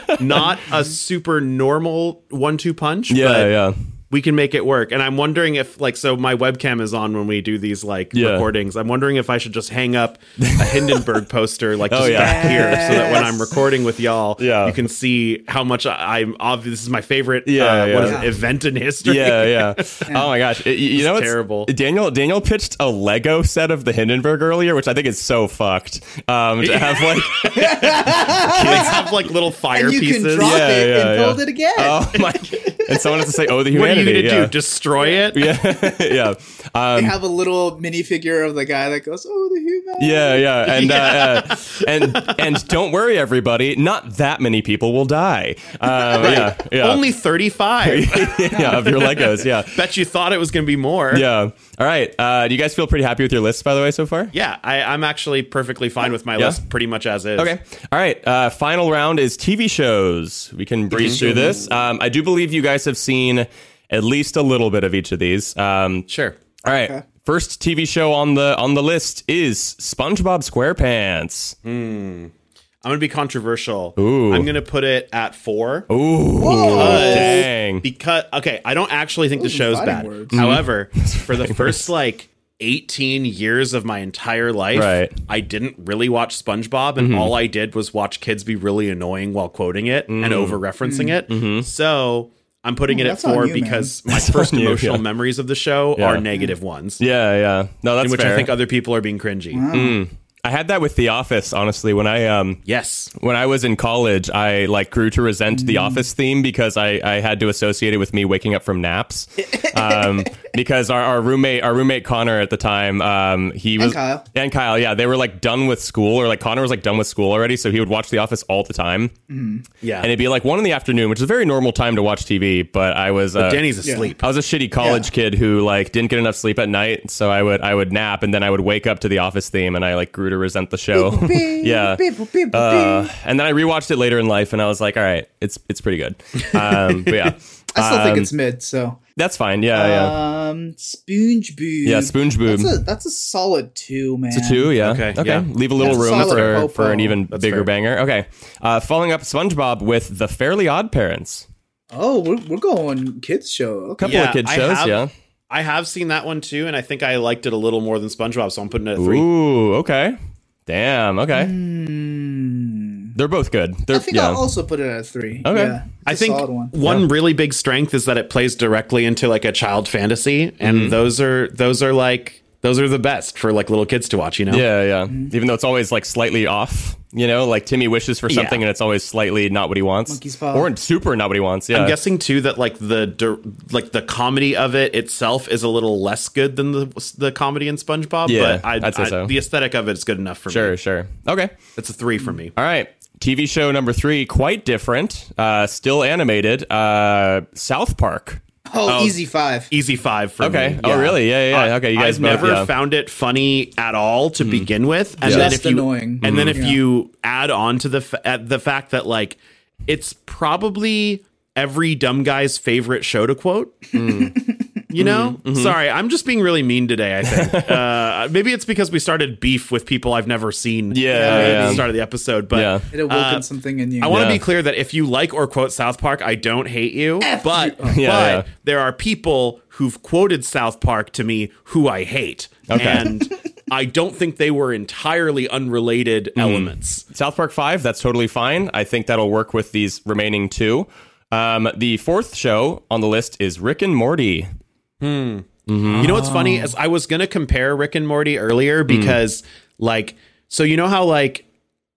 Speaker 3: like not a super normal one-two punch.
Speaker 2: Yeah,
Speaker 3: but
Speaker 2: yeah.
Speaker 3: we can make it work. And I'm wondering if like so my webcam is on when we do these like
Speaker 2: Yeah.
Speaker 3: recordings. I'm wondering if I should just hang up a Hindenburg poster like just
Speaker 2: Oh, yeah.
Speaker 3: back here so that when I'm
Speaker 4: Yes.
Speaker 3: recording with y'all,
Speaker 2: Yeah.
Speaker 3: you can see how much I, I'm obvious. This is my favorite
Speaker 2: Yeah,
Speaker 3: uh, what is
Speaker 2: yeah.
Speaker 3: it, event in history.
Speaker 2: Yeah, yeah. Oh my gosh, It- you- you know it's
Speaker 3: terrible.
Speaker 2: Daniel Daniel pitched a Lego set of the Hindenburg earlier, which I think is so fucked. Um, to have like,
Speaker 3: they have like little fire
Speaker 4: And you can
Speaker 3: pieces.
Speaker 4: drop
Speaker 2: Yeah,
Speaker 4: it
Speaker 2: yeah,
Speaker 4: and
Speaker 2: yeah.
Speaker 4: build it again.
Speaker 2: oh my, and someone has to say, "Oh, the
Speaker 3: What are you
Speaker 2: humanity."
Speaker 3: gonna do? Destroy it?
Speaker 2: yeah, do? yeah, yeah.
Speaker 4: they
Speaker 2: Um,
Speaker 4: have a little minifigure of the guy that goes, "Oh, the human."
Speaker 2: Yeah, yeah, and Uh, uh, and and don't worry, everybody. Not that many people will die. Um, yeah, yeah,
Speaker 3: Only 35.
Speaker 2: yeah, of your Legos. Yeah,
Speaker 3: Bet you thought it was gonna be more.
Speaker 2: yeah. All right. Uh, do you guys feel pretty happy with your list, by the way, so far?
Speaker 3: Yeah, I, I'm actually perfectly fine with my
Speaker 2: Yeah.
Speaker 3: list pretty much as is.
Speaker 2: Okay. All right. Uh, final round is TV shows. We can breeze through this. Um, I do believe you guys have seen at least a little bit of each of these. Um,
Speaker 3: Sure.
Speaker 2: all right. First TV show on the on the list is SpongeBob SquarePants.
Speaker 3: I'm gonna be controversial.
Speaker 2: Ooh.
Speaker 3: I'm gonna put it at four.
Speaker 2: Ooh, dang.
Speaker 3: Because okay, I don't actually think the
Speaker 4: Those are
Speaker 3: show's
Speaker 4: fighting
Speaker 3: bad.
Speaker 2: Mm-hmm.
Speaker 4: words.
Speaker 3: However, for the first like 18 years of my entire life,
Speaker 2: Right. Mm-hmm.
Speaker 3: I didn't really watch SpongeBob, and all I did was watch kids be really annoying while quoting it
Speaker 2: Mm.
Speaker 3: and over referencing it. So I'm putting it at
Speaker 4: Oh, that's on
Speaker 3: four
Speaker 4: you, man.
Speaker 3: because my first
Speaker 2: Mm-hmm. on you,
Speaker 3: emotional
Speaker 2: yeah.
Speaker 3: memories of the show
Speaker 2: Yeah.
Speaker 3: are negative ones,
Speaker 2: Yeah, yeah. No, that's
Speaker 3: in which
Speaker 2: fair.
Speaker 3: I think other people are being cringy.
Speaker 2: I had that with The Office, honestly. When I um
Speaker 3: Yes.
Speaker 2: when I was in college, I like grew to resent the Office theme because I I had to associate it with me waking up from naps. Um, because our, our roommate our roommate Connor at the time, um, he was
Speaker 4: Kyle.
Speaker 2: and Kyle, yeah, they were like done with school or like Connor was like done with school already, so he would watch The Office all the time,
Speaker 3: Yeah.
Speaker 2: and it'd be like one in the afternoon, which is a very normal time to watch TV. But I was uh,
Speaker 3: Danny's asleep.
Speaker 2: I was a shitty college kid who like didn't get enough sleep at night, so I would I would nap and then I would wake up to the office theme and I like grew to resent the show. yeah. Uh, and then I rewatched it later in life and I was like, all right, it's it's pretty good. Um, but yeah.
Speaker 4: I still think
Speaker 2: Um,
Speaker 4: it's mid. So,
Speaker 2: That's fine. Yeah, yeah.
Speaker 4: um, SpongeBob.
Speaker 2: Yeah, SpongeBob.
Speaker 4: That's a that's a solid two, man.
Speaker 2: It's a two, yeah.
Speaker 3: Okay,
Speaker 2: okay.
Speaker 3: yeah.
Speaker 2: Leave a little
Speaker 4: That's
Speaker 2: room
Speaker 4: solid
Speaker 2: for,
Speaker 4: popo.
Speaker 2: for an even
Speaker 3: That's
Speaker 2: bigger
Speaker 3: fair.
Speaker 2: banger. Okay. Uh, following up SpongeBob with The Fairly Odd Parents.
Speaker 4: Oh, we're, we're going kids show. Okay.
Speaker 2: Couple of kid
Speaker 3: I
Speaker 2: shows,
Speaker 3: have-
Speaker 2: yeah.
Speaker 3: I have seen that one too, and I think I liked it a little more than SpongeBob, so I'm putting it at three.
Speaker 2: Ooh, okay. Damn, okay. They're both good. They're
Speaker 4: I think
Speaker 2: yeah.
Speaker 4: I'll also put it at a three.
Speaker 2: Okay.
Speaker 4: Yeah, it's
Speaker 3: I
Speaker 4: a
Speaker 3: think
Speaker 4: solid
Speaker 3: one,
Speaker 4: one.
Speaker 3: really big strength is that it plays directly into like a child fantasy, and
Speaker 2: Mm-hmm.
Speaker 3: those are those are like those are the best for like little kids to watch. You know,
Speaker 2: Yeah, yeah. Even though it's always like slightly off, you know, like Timmy wishes for something
Speaker 3: Yeah.
Speaker 2: and it's always slightly not what he wants.
Speaker 4: Monkey's paw.
Speaker 2: Or super not what he wants. Yeah.
Speaker 3: I'm guessing too that like the dir- like the comedy of it itself is a little less good than the the comedy in SpongeBob.
Speaker 2: Yeah,
Speaker 3: but I,
Speaker 2: I'd say
Speaker 3: I-
Speaker 2: so.
Speaker 3: the aesthetic of it is good enough for
Speaker 2: sure,
Speaker 3: me.
Speaker 2: sure. Okay.
Speaker 3: It's a three for me.
Speaker 2: All right. TV show number three, quite different, uh, still animated. Uh, South Park.
Speaker 4: Oh, easy five.
Speaker 3: Easy five for me.
Speaker 2: Okay. Oh, really? Yeah, yeah, yeah.
Speaker 3: I-
Speaker 2: Okay, you guys
Speaker 3: I've
Speaker 2: both,
Speaker 3: never
Speaker 2: yeah. Hmm.
Speaker 3: found it funny at all to begin with, and
Speaker 4: Yeah.
Speaker 3: then
Speaker 4: Just
Speaker 3: if you
Speaker 4: annoying.
Speaker 3: and then if
Speaker 4: Mhm. Yeah.
Speaker 3: you add on to the f- at the fact that like it's probably every dumb guy's favorite show to quote.
Speaker 2: Hmm.
Speaker 3: You know,
Speaker 2: Mm-hmm.
Speaker 3: sorry, I'm just being really mean today. I think uh, maybe it's because we started beef with people I've never seen.
Speaker 2: Yeah,
Speaker 3: uh, at
Speaker 2: yeah.
Speaker 3: the start of the episode, but.
Speaker 2: Yeah.
Speaker 4: It awoken something in you.
Speaker 3: I want to
Speaker 2: Yeah.
Speaker 3: be clear that if you like or quote South Park, I don't hate you, but but
Speaker 2: yeah.
Speaker 3: there are people who've quoted South Park to me who I hate,
Speaker 2: Okay.
Speaker 3: and I don't think they were entirely unrelated
Speaker 2: Hmm.
Speaker 3: elements.
Speaker 2: South Park 5, that's totally fine. I think that'll work with these remaining two. Um, the fourth show on the list is Rick and Morty.
Speaker 3: You know what's funny is I was gonna compare Rick and Morty earlier
Speaker 2: Hmm.
Speaker 3: because like so you know how like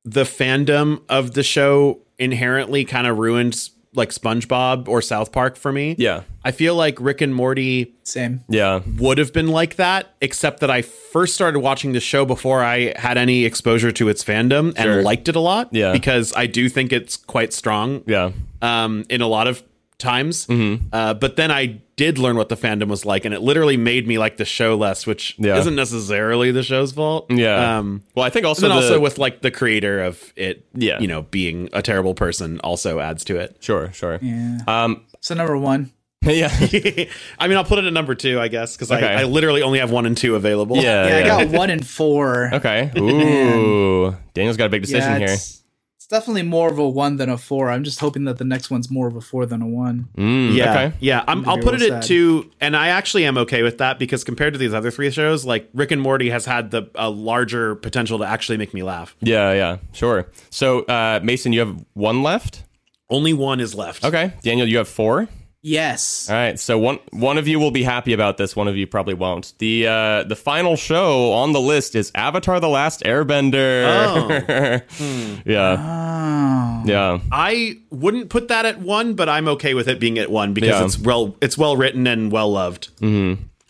Speaker 3: the fandom of the show inherently kind of ruins like SpongeBob or South Park for me.
Speaker 2: Yeah.
Speaker 3: I feel like Rick and Morty
Speaker 4: Same.
Speaker 2: Yeah.
Speaker 3: would have been like that, except that I first started watching the show before I had any exposure to its fandom
Speaker 2: Sure.
Speaker 3: and liked it a lot.
Speaker 2: Yeah.
Speaker 3: Because I do think it's quite strong
Speaker 2: Yeah. Mm-hmm.
Speaker 3: um, in a lot of times. Uh, but then I did learn what the fandom was like, and it literally made me like the show less, which
Speaker 2: Yeah.
Speaker 3: isn't necessarily the show's fault.
Speaker 2: Yeah.
Speaker 3: Um,
Speaker 2: Well, I think also
Speaker 3: and then
Speaker 2: the-
Speaker 3: also with like the creator of it,
Speaker 2: Yeah.
Speaker 3: you know, being a terrible person also adds to it.
Speaker 2: sure, sure.
Speaker 4: Yeah.
Speaker 2: Um,
Speaker 4: So number one.
Speaker 2: yeah.
Speaker 3: I mean, I'll put it at number two, I guess, because
Speaker 2: Okay.
Speaker 3: I, I literally only have one and two available.
Speaker 2: Uh, Yeah.
Speaker 4: Yeah, I got one and four.
Speaker 2: Okay. Ooh, Daniel's got a big decision here.
Speaker 4: it's, it's definitely more of a one than a four. I'm just hoping that the next one's more of a four than a one.
Speaker 2: Mm,
Speaker 3: Yeah,
Speaker 2: Okay.
Speaker 3: yeah. I'm, I'll
Speaker 4: be
Speaker 3: put it
Speaker 4: real
Speaker 3: at
Speaker 4: sad.
Speaker 3: two, and I actually am okay with that because compared to these other three shows, like Rick and Morty has had the a larger potential to actually make me laugh.
Speaker 2: Yeah. Yeah. Sure. So, uh, Mason, you have one left.
Speaker 3: Only one is left.
Speaker 2: Okay. Daniel, you have four.
Speaker 4: Yes.
Speaker 2: All right. So one one of you will be happy about this. One of you probably won't. The uh, the final show on the list is Avatar: The Last Airbender. yeah.
Speaker 4: Oh.
Speaker 2: Yeah.
Speaker 3: I wouldn't put that at one, but I'm okay with it being at one because
Speaker 2: Yeah.
Speaker 3: it's well, it's well written and well loved.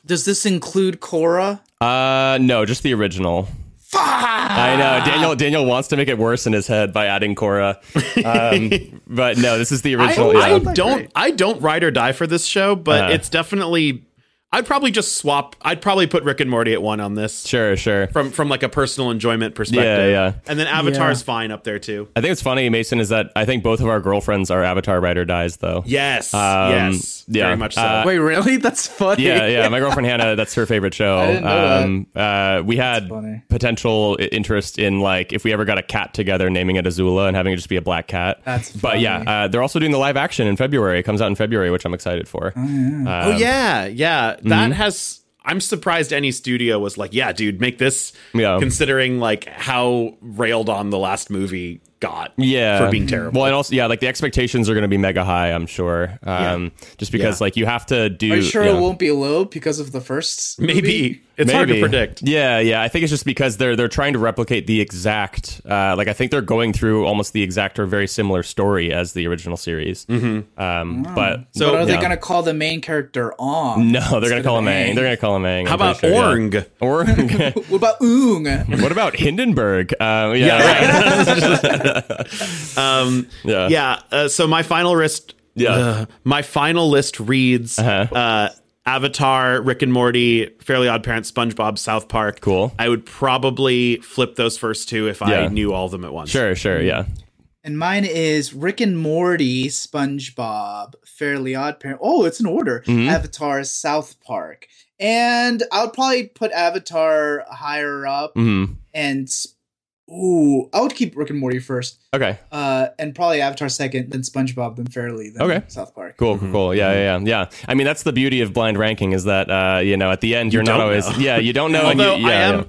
Speaker 4: Does this include Korra?
Speaker 2: Uh, no, just the original. I know Daniel. Daniel wants to make it worse in his head by adding Korra, um, but no, this is the
Speaker 3: I,
Speaker 2: original.
Speaker 3: I
Speaker 2: Oh, yeah.
Speaker 3: don't, I don't ride or die for this show, but
Speaker 2: Uh.
Speaker 3: it's definitely. I'd probably just swap. I'd probably put Rick and Morty at one on this
Speaker 2: sure, sure.
Speaker 3: from from like a personal enjoyment perspective.
Speaker 2: Yeah, yeah.
Speaker 3: And then Avatar's fine up there too.
Speaker 2: I think it's funny, Mason, is that I think both of our girlfriends are Avatar Ride or Dies, though.
Speaker 3: Yes.
Speaker 2: Um,
Speaker 3: yes.
Speaker 2: yeah.
Speaker 3: Very much so.
Speaker 2: Uh,
Speaker 4: Wait, really? That's funny.
Speaker 2: Yeah, yeah. My girlfriend Hannah, that's her favorite show.
Speaker 4: didn't know
Speaker 2: uh, we had
Speaker 4: funny.
Speaker 2: potential i- interest in like if we ever got a cat together, naming it Azula and having it just be a black cat.
Speaker 4: That's
Speaker 2: but yeah,
Speaker 4: funny.
Speaker 2: uh, they're also doing the live action in February. It comes out in February, which I'm excited for.
Speaker 3: oh
Speaker 2: Um,
Speaker 3: yeah, yeah. That
Speaker 2: mm-hmm.
Speaker 3: has. I'm surprised any studio was like, yeah, dude, make this.
Speaker 2: Yeah.
Speaker 3: Considering like how railed on the last movie got.
Speaker 2: yeah
Speaker 3: For being terrible.
Speaker 2: well and also yeah like the expectations are going to be mega high i'm sure um just because
Speaker 3: Yeah.
Speaker 2: like you have to do
Speaker 4: Are you sure
Speaker 2: yeah.
Speaker 4: it won't be low because of the first?
Speaker 3: Maybe
Speaker 4: movie?
Speaker 3: it's hard to
Speaker 2: Maybe.
Speaker 3: predict.
Speaker 2: Yeah, yeah. I think it's just because they're they're trying to replicate the exact uh, like I think they're going through almost the exact or very similar story as the original series. Um, But
Speaker 3: So-
Speaker 4: But are they
Speaker 2: yeah.
Speaker 4: going to call the main character Ong?
Speaker 2: no, they're gonna call him Aang. They're gonna call him Aang.
Speaker 3: How about Orng?
Speaker 2: Org.
Speaker 4: What about Oong?
Speaker 2: what about Hindenburg? Um, yeah, right.
Speaker 3: Um,
Speaker 2: yeah,
Speaker 3: yeah. Uh, so my final list.
Speaker 2: Yeah.
Speaker 3: uh, my final list reads. uh
Speaker 2: Uh-huh.
Speaker 3: Avatar, Rick and Morty, Fairly Odd Parents, SpongeBob, South Park.
Speaker 2: Cool.
Speaker 3: I would probably flip those first two if I
Speaker 2: Yeah.
Speaker 3: knew all of them at once.
Speaker 2: Sure, sure. Yeah.
Speaker 4: And mine is Rick and Morty, SpongeBob, Fairly Odd Parent. Oh, it's in order.
Speaker 2: Mm-hmm.
Speaker 4: Avatar, South Park. And I would probably put Avatar higher up.
Speaker 2: hmm
Speaker 4: And, s- ooh, I would keep Rick and Morty first.
Speaker 2: Okay.
Speaker 4: Uh, and probably Avatar second, then SpongeBob, then Fairly, then
Speaker 2: Okay.
Speaker 4: South Park.
Speaker 2: Cool, cool, cool. Yeah, yeah, yeah, yeah. I mean, that's the beauty of blind ranking is that uh, you know at the end you're not
Speaker 3: don't
Speaker 2: always
Speaker 3: know.
Speaker 2: yeah you don't know. and
Speaker 3: Although
Speaker 2: you, yeah,
Speaker 3: I am,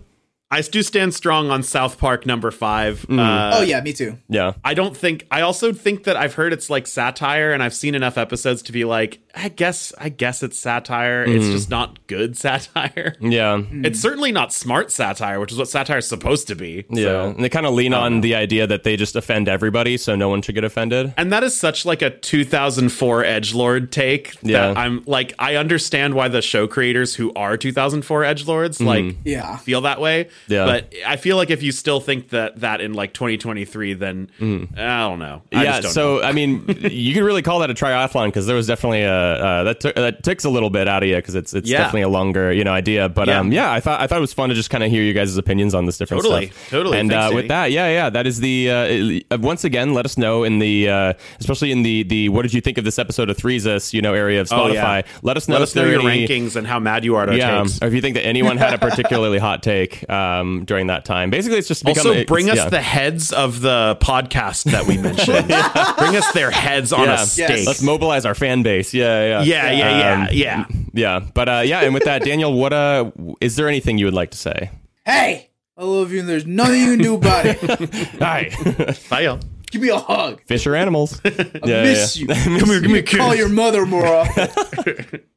Speaker 3: I do stand strong on South Park number five.
Speaker 2: Mm.
Speaker 3: Uh,
Speaker 4: oh yeah, me too.
Speaker 2: yeah. yeah.
Speaker 3: I don't think. I also think that I've heard it's like satire, and I've seen enough episodes to be like, I guess, I guess it's satire.
Speaker 2: Mm.
Speaker 3: It's just not good satire.
Speaker 2: Yeah,
Speaker 3: It's certainly not smart satire, which is what satire is supposed to be.
Speaker 2: Yeah,
Speaker 3: So-
Speaker 2: and they kind of lean on the idea that they just offend everybody, so no one should get offended.
Speaker 3: And that is such like a 2004 edge lord take
Speaker 2: Yeah.
Speaker 3: that I'm like I understand why the show creators who are 2004 edgelords
Speaker 2: Mm.
Speaker 3: like
Speaker 4: Yeah.
Speaker 3: feel that way.
Speaker 2: Yeah.
Speaker 3: But I feel like if you still think that that in like 2023, then I don't know. I
Speaker 2: Mm. yeah,
Speaker 3: just don't
Speaker 2: so
Speaker 3: know.
Speaker 2: I mean, you could really call that a triathlon because there was definitely a uh, that took that takes a little bit out of you because it's it's
Speaker 3: Yeah.
Speaker 2: definitely a longer you know idea. But
Speaker 3: Yeah.
Speaker 2: um, yeah, I thought I thought it was fun to just kind of hear you guys' opinions on this different
Speaker 3: Totally,
Speaker 2: stuff.
Speaker 3: totally.
Speaker 2: And
Speaker 3: Thanks,
Speaker 2: uh, with
Speaker 3: Danny.
Speaker 2: that, yeah, yeah, that is the uh, uh, once again. Let us know in the uh, especially in the the what did you think of this episode of Threes Us? You know, area of Spotify.
Speaker 3: Oh, yeah.
Speaker 2: Let us know
Speaker 3: let
Speaker 2: if
Speaker 3: us know
Speaker 2: there
Speaker 3: your
Speaker 2: are any-
Speaker 3: rankings and how mad you are at our
Speaker 2: Yeah, um,
Speaker 3: takes.
Speaker 2: or if you think that anyone had a particularly hot take um, during that time, basically it's just become,
Speaker 3: Also, bring us
Speaker 2: it's- yeah.
Speaker 3: the heads of the podcast that we mentioned. Bring us their heads on
Speaker 2: Yeah.
Speaker 3: a stake.
Speaker 2: Let's mobilize our fan base. Yeah, yeah,
Speaker 3: yeah, yeah, yeah,
Speaker 2: Um,
Speaker 3: yeah.
Speaker 2: yeah. But uh, yeah, and with that, Daniel, what uh, is there anything you would like to say?
Speaker 4: Hey, I love you, and there's nothing you can do about it.
Speaker 2: Hi,
Speaker 3: Fail.
Speaker 4: Give me a hug.
Speaker 2: fish or animals? yeah,
Speaker 4: Miss you.
Speaker 3: Come here, give me a
Speaker 4: Call your mother more often.